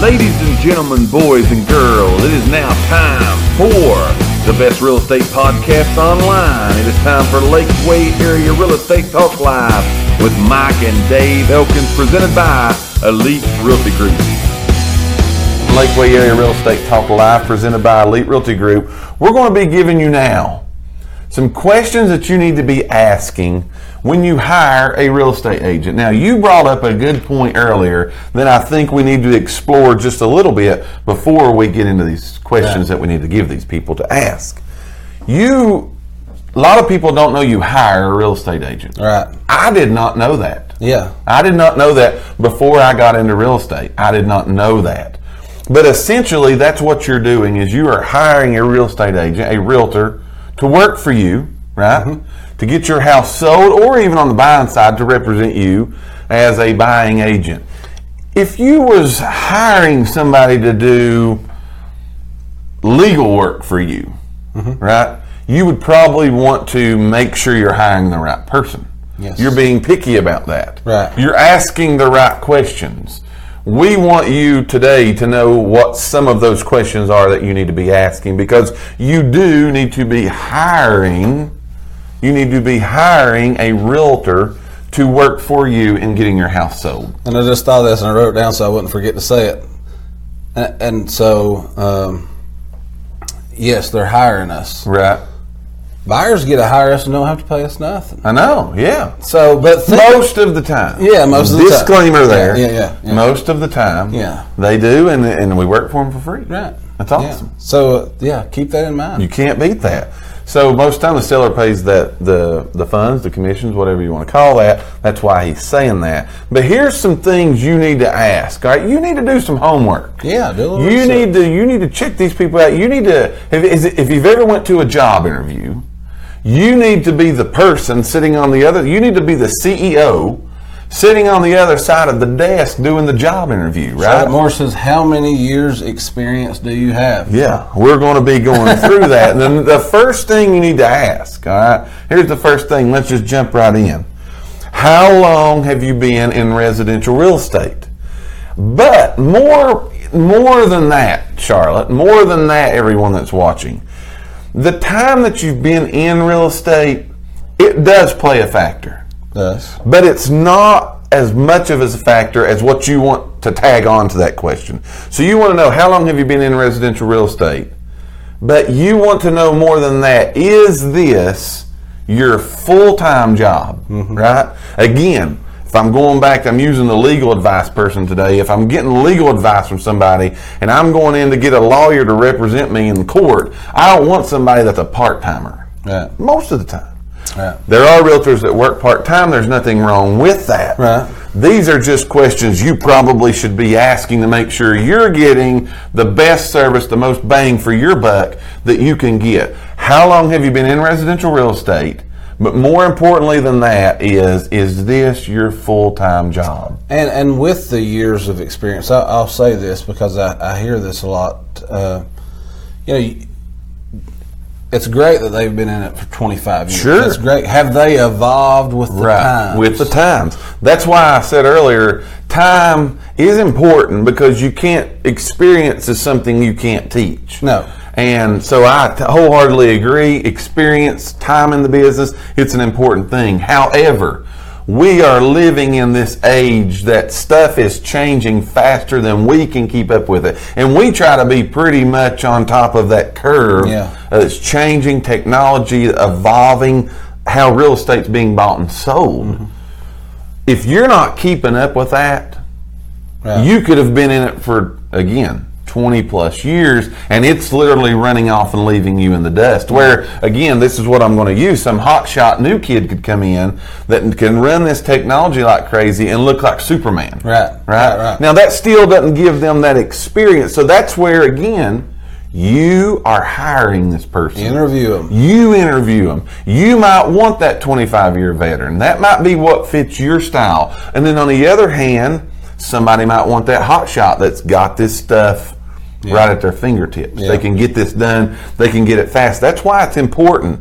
Ladies and gentlemen, boys and girls, it is now time for the best real estate podcast online. It is time for Lakeway Area Real Estate Talk Live with Mike and Dave Elkins, presented by Elite Realty Group. Lakeway Area Real Estate Talk Live, presented by Elite Realty Group. We're going to be giving you now some questions that you need to be asking when you hire a real estate agent. Now, you brought up a good point earlier that I think we need to explore just a little bit before we get into these questions that we need to give these people to ask. You, a lot of people don't know you hire a real estate agent. Right. I did not know that. Yeah. I did not know that before I got into real estate. I did not know that. But essentially, that's what you're doing is you are hiring a real estate agent, a realtor, to work for you, right? To get your house sold, or even on the buying side to represent you as a buying agent. If you was hiring somebody to do legal work for you, right? You would probably want to make sure you're hiring the right person. Yes. You're being picky about that. Right. You're asking the right questions. We want you today to know what some of those questions are that you need to be asking because you do need to be hiring you need to be hiring a realtor to work for you in getting your house sold. And I just thought of this and I wrote it down so I wouldn't forget to say it. And, and so, um, yes, they're hiring us. Right. Buyers get to hire us and don't have to pay us nothing. I know. Yeah. So, but think, most of the time. Yeah, most of the time. Disclaimer there. Yeah, yeah, yeah. Most of the time. Yeah. They do, and, and we work for them for free. right. That's Yeah. awesome. So, uh, yeah, keep that in mind. You can't beat that. So most of the time the seller pays that the the funds, the commissions, whatever you want to call that. That's why he's saying that. But here's some things you need to ask. All right, you need to do some homework. yeah, do a little You research. need to you need to check these people out. You need to if, is it- if you've ever went to a job interview, you need to be the person sitting on the other. You need to be the CEO sitting on the other side of the desk doing the job interview, right? Right. Moore says, how many years experience do you have? Yeah, we're going to be going through that. And then the first thing you need to ask, all right? Here's the first thing. Let's just jump right in. How long have you been in residential real estate? But more more than that, Charlotte, more than that everyone that's watching. The time that you've been in real estate, it does play a factor Does. but it's not as much of as a factor as what you want to tag on to that question. So you want to know how long have you been in residential real estate? But you want to know more than that. Is this your full time job? Right? Again, if I'm going back, I'm using the legal advice person today. If I'm getting legal advice from somebody and I'm going in to get a lawyer to represent me in court, I don't want somebody that's a part timer. Right. Most of the time. Right. There are realtors that work part time. There's nothing wrong with that. Right. These are just questions you probably should be asking to make sure you're getting the best service, the most bang for your buck that you can get. How long have you been in residential real estate? But more importantly than that is, is this your full time job? And and with the years of experience, I, I'll say this because I, I hear this a lot. Uh, you know, you- it's great that they've been in it for 25 years. Sure. that's great. Have they evolved with the time? With the times. That's why I said earlier, time is important because you can't experience is something you can't teach. No. And so I t- wholeheartedly agree. Experience, time in the business, it's an important thing. However, we are living in this age that stuff is changing faster than we can keep up with it. And we try to be pretty much on top of that curve Yeah. uh, it's changing technology, evolving how real estate's being bought and sold. If you're not keeping up with that, Right. you could have been in it for again 20 plus years and it's literally running off and leaving you in the dust where again this is what i'm going to use some hotshot new kid could come in that can run this technology like crazy and look like superman Right, right right, right. now that still doesn't give them that experience so that's where again you are hiring this person interview them. you interview them. You might want that 25 year veteran. That might be what fits your style. And then on the other hand, somebody might want that hot shot that's got this stuff right at their fingertips. They Yeah. can get this done. They can get it fast. That's why it's important.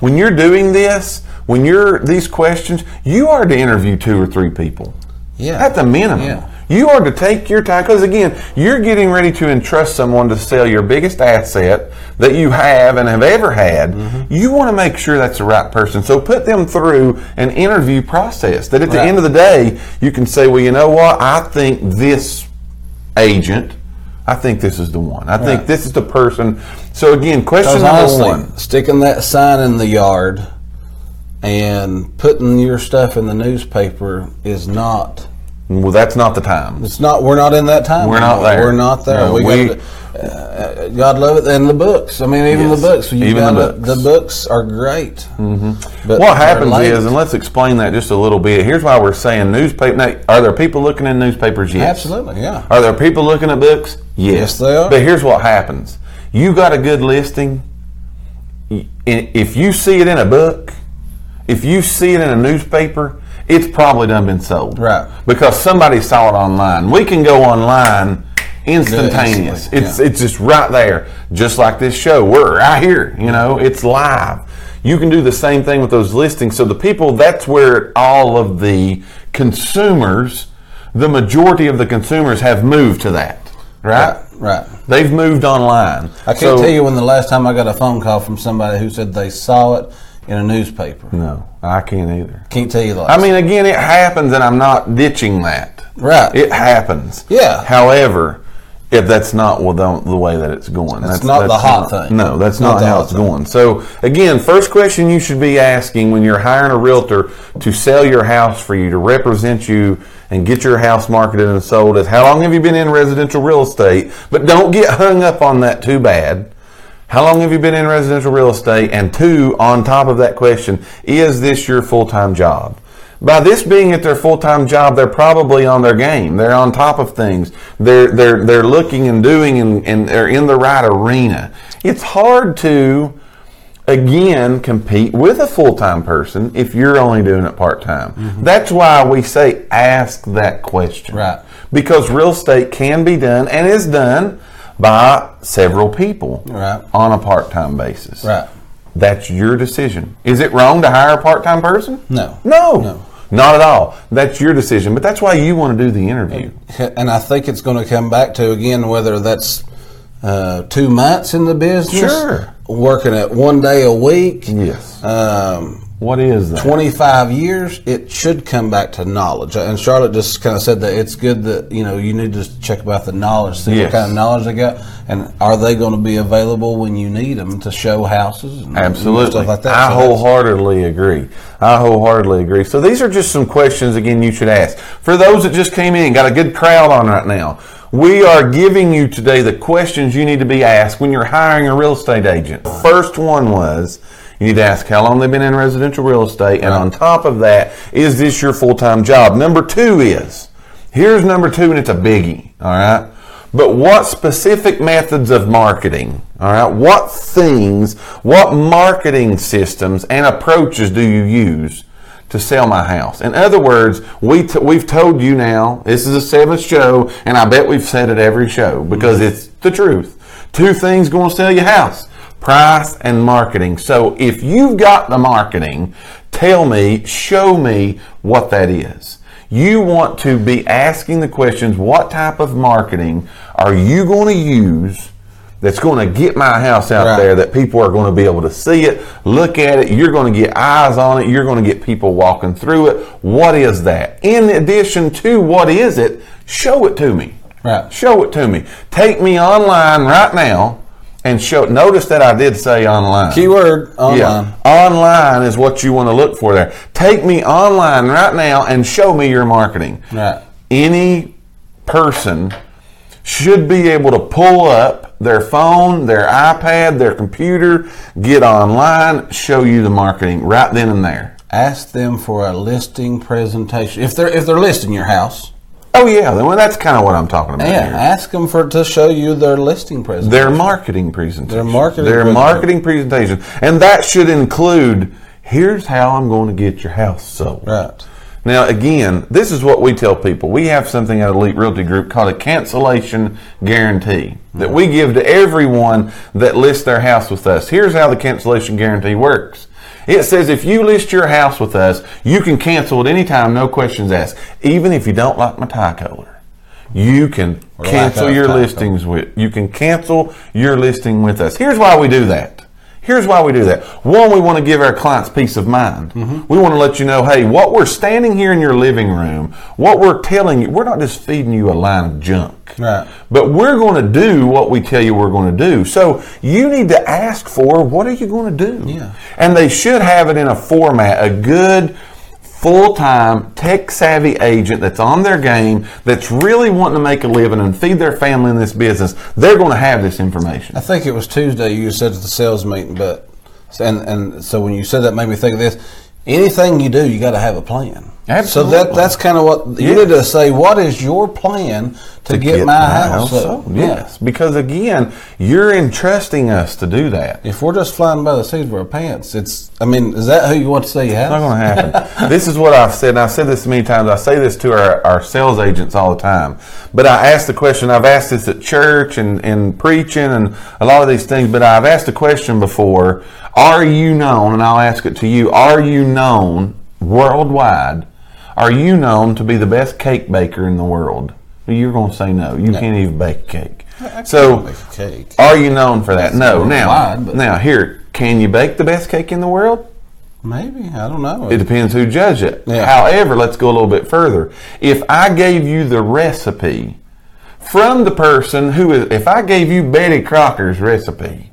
When you're doing this, when you're these questions, you are to interview two or three people. Yeah. At the minimum. Yeah. You are to take your time because again, you're getting ready to entrust someone to sell your biggest asset that you have and have ever had. Mm-hmm. You want to make sure that's the right person. So put them through an interview process that at the Right. end of the day, you can say, well, you know what? I think this agent, I think this is the one. I think Right. this is the person. So again, question Because number honestly, one. sticking that sign in the yard and putting your stuff in the newspaper is not. Well, that's not the time. It's not. We're not in that time. We're not anymore. there. We're not there. No, we we- got to, uh, God love it. And the books. I mean, even Yes. the books. You Even the gotta- books. The books are great. Mm-hmm. But What they're happens late. is, and let's explain that just a little bit. Here's why we're saying newspaper. Now, are there people looking in newspapers? Yes. absolutely, yeah. Are there people looking at books? Yes. Yes, they are. But here's what happens: you got a good listing. i- If you see it in a book, if you see it in a newspaper, it's probably done been sold. Right. Because somebody saw it online. We can go online instantaneous. instantly, It's yeah. it's just right there. Just like this show. We're right here. You know, it's live. You can do the same thing with those listings. So the people, that's where all of the consumers, the majority of the consumers have moved to that. Right? Right, right. They've moved online. I can't So- tell you when the last time I got a phone call from somebody who said they saw it in a newspaper. No, I can't either. Can't tell you the last. I mean, again, it happens, and I'm not ditching that. Right. It happens. Yeah. However, if that's not well, the, the way that it's going, that's, not the hot thing. No, that's Not not, the how hot it's thing. going. So, again, first question you should be asking when you're hiring a realtor to sell your house for you to represent you and get your house marketed and sold is how long have you been in residential real estate? But don't get hung up on that too bad. How long have you been in residential real estate? And two, on top of that question, is this your full time job? By this being at their full time job, they're probably on their game. They're on top of things. They're they're they're looking and doing and, and they're in the right arena. It's hard to again compete with a full-time person if you're only doing it part-time that's why we say ask that question Mm-hmm. Right. because real estate can be done and is done by several people Right. on a part-time basis Right. that's your decision is it wrong to hire a part-time person No. no No. not at all that's your decision but that's why you want to do the interview and I think it's going to come back to again whether that's uh, two months in the business, Sure. working at one day a week, yes um, what is that 25 years. It should come back to knowledge. And Charlotte just kind of said that it's good that you know you need to check about the knowledge, see Yes. what kind of knowledge they got, and are they going to be available when you need them to show houses and Absolutely. stuff like that. I So that's- wholeheartedly agree. I wholeheartedly agree. So these are just some questions again you should ask. For those that just came in, got a good crowd on right now. We are giving you today the questions you need to be asked when you're hiring a real estate agent. The first one was you need to ask how long they've been in residential real estate, and on top of that, is this your full time job? Number two is here's number two, and it's a biggie, all right? But what specific methods of marketing, all right, what things, what marketing systems and approaches do you use to sell my house? In other words, we t- we've told you now, this is the seventh show, and I bet we've said it every show because it's the truth. Two things going to sell your house price and marketing. So if you've got the marketing, tell me, show me what that is. You want to be asking the questions what type of marketing are you going to use that's going to get my house out Right. there that people are going to be able to see it, look at it, you're going to get eyes on it, you're going to get people walking through it. What is that? In addition to what is it, show it to me. Right. Show it to me. Take me online right now and show notice that I did say online. keyword online. Yeah. Online is what you want to look for there. Take me online right now and show me your marketing. Right. Any person should be able to pull up their phone, their iPad, their computer, get online, show you the marketing right then and there. ask them for a listing presentation if they're if they're listing your house Oh yeah, well that's kind of what I'm talking about. yeah here. ask them for to show you their listing presentation Their marketing presentation. Their marketing Their presentation. marketing presentation. And that should include here's how I'm going to get your house sold. right Now, again, this is what we tell people. We have something at Elite Realty Group called a cancellation guarantee that we give to everyone that lists their house with us. Here's how the cancellation guarantee works. It says if you list your house with us, you can cancel at any time, no questions asked, even if you don't like my tie color. you can lack cancel of your cancel. listings with you can cancel your listing with us. Here's why we do that. Here's why we do that. One, we want to give our clients peace of mind. We want to let you know, hey, what we're standing here in your living room, what we're telling you, we're not just feeding you a line of junk. Right. But we're going to do what we tell you we're going to do. So you need to ask for what are you going to do? Yeah. And they should have it in a format, a good full time tech savvy agent that's on their game, that's really wanting to make a living and feed their family in this business. They're going to have this information. I think it was Tuesday you said at the sales meeting, but and and so when you said that, it made me think of this. Anything you do, you got to have a plan. Absolutely. So that that's kind of what you need to say. What is your plan to, get, my, house, up? sold. Yes. Because again, you're entrusting us to do that. If we're just flying by the seat of our pants, it's. I mean, is that who you want to see your house? It's not going to happen. this is what I've said, and I've said this many times. I say this to our, our sales agents all the time. But I ask the question, I've asked this at church and, and preaching and a lot of these things, but I've asked the question before Are you known, and I'll ask it to you, are you known worldwide? Are you known to be the best cake baker in the world? You're going to say no. You can't even bake cake. So, Make a cake. are you known for that? No. Now, worldwide, but- now here, can you bake the best cake in the world? Maybe I don't know. It depends who judge it. Yeah. However, let's go a little bit further. If I gave you the recipe from the person who is, if I gave you Betty Crocker's recipe,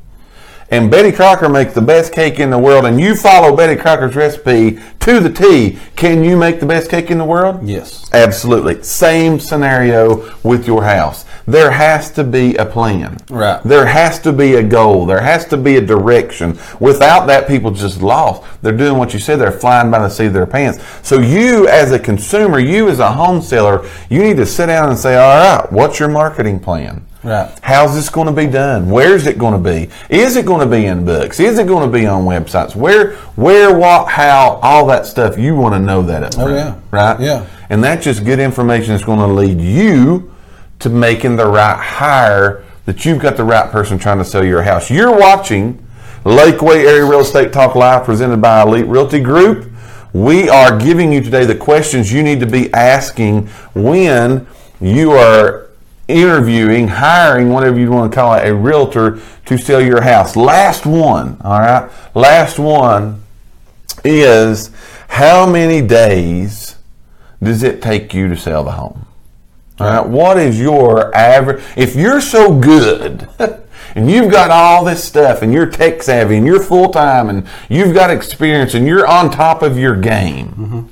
and Betty Crocker makes the best cake in the world, and you follow Betty Crocker's recipe to the T, can you make the best cake in the world? yes. Absolutely. Same scenario with your house. There has to be a plan. Right. There has to be a goal. There has to be a direction. Without that, people just lost. They're doing what you said. They're flying by the seat of their pants. So you, as a consumer, you as a home seller, you need to sit down and say, all right, what's your marketing plan? Right. How's this going to be done? Where's it going to be? Is it going to be in books? Is it going to be on websites? Where, where, what, how, all that stuff. You want to know that up Oh, front, yeah. Right? Yeah. And that's just good information that's going to lead you to making the right hire that you've got the right person trying to sell your house. You're watching Lakeway Area Real Estate Talk Live presented by Elite Realty Group. We are giving you today the questions you need to be asking when you are interviewing, hiring, whatever you want to call it, a realtor to sell your house. Last one, all right? Last one is how many days does it take you to sell the home? All right, what is your average? If you're so good and you've got all this stuff and you're tech savvy and you're full time and you've got experience and you're on top of your game,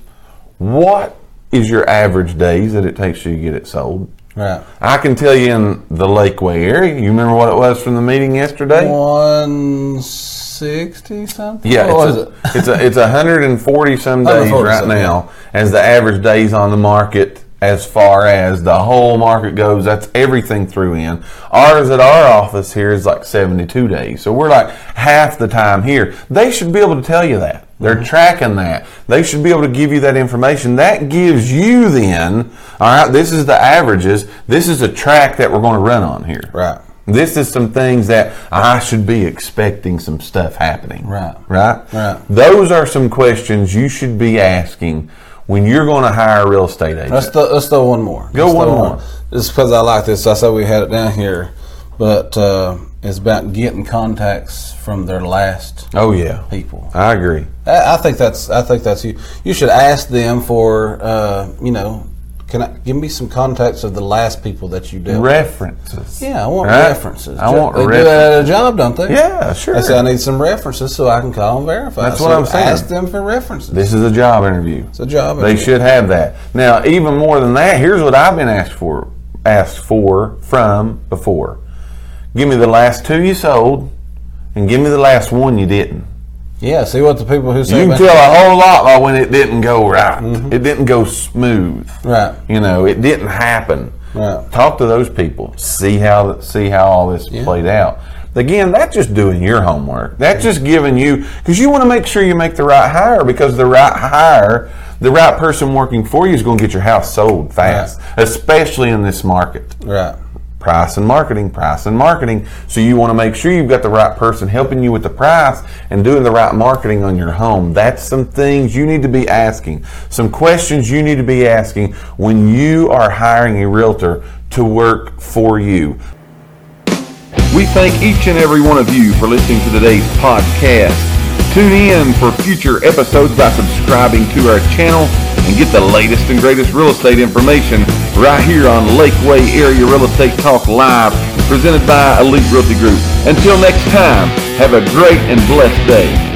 what is your average days that it takes you to get it sold? Right. I can tell you in the Lakeway area, you remember what it was from the meeting yesterday? One sixty something. Yeah, What it's, was a, it? it's a it's a hundred and forty some days 140 right some, now as the average days on the market. As far as the whole market goes, that's everything through in. Ours at our office here is like 72 days. So we're like half the time here. They should be able to tell you that. Mm-hmm. They're tracking that. They should be able to give you that information. That gives you then, all right, this is the averages. This is a track that we're going to run on here. Right. This is some things that I should be expecting some stuff happening. Right. Right? Right. Those are some questions you should be asking when you're going to hire a real estate agent. Let's do, let's do one more. Go Let's one do more. Just because I like this, I said we had it down here, but uh, it's about getting contacts from their last oh, yeah. people. I agree. I, I think that's I think that's you. You should ask them for uh, you know, can I give me some contacts of the last people that you dealt. with? References. Yeah, I want Right? references. I Jo- want they do references. that at a job, don't they? Yeah, sure. They say I need some references so I can call and verify. That's So what I'm saying. Ask them for references. This is a job interview. it's a job. They should have that. Now, even more than that, here's what I've been asked for, asked for from before. Give me the last two you sold, and give me the last one you didn't. Yeah, see what the people who say. You can about- tell a whole lot by when it didn't go right. Mm-hmm. It didn't go smooth. Right. You know, it didn't happen. Right. Talk to those people. See how see how all this played out. Again, that's just doing your homework. That's just giving you because you want to make sure you make the right hire because the right hire, the right person working for you is going to get your house sold fast, especially in this market Right. price and marketing, price and marketing. So you want to make sure you've got the right person helping you with the price and doing the right marketing on your home. That's some things you need to be asking, some questions you need to be asking when you are hiring a realtor to work for you. We thank each and every one of you for listening to today's podcast. Tune in for future episodes by subscribing to our channel and get the latest and greatest real estate information right here on Lakeway Area Real Estate Talk Live, presented by Elite Realty Group. Until next time, have a great and blessed day.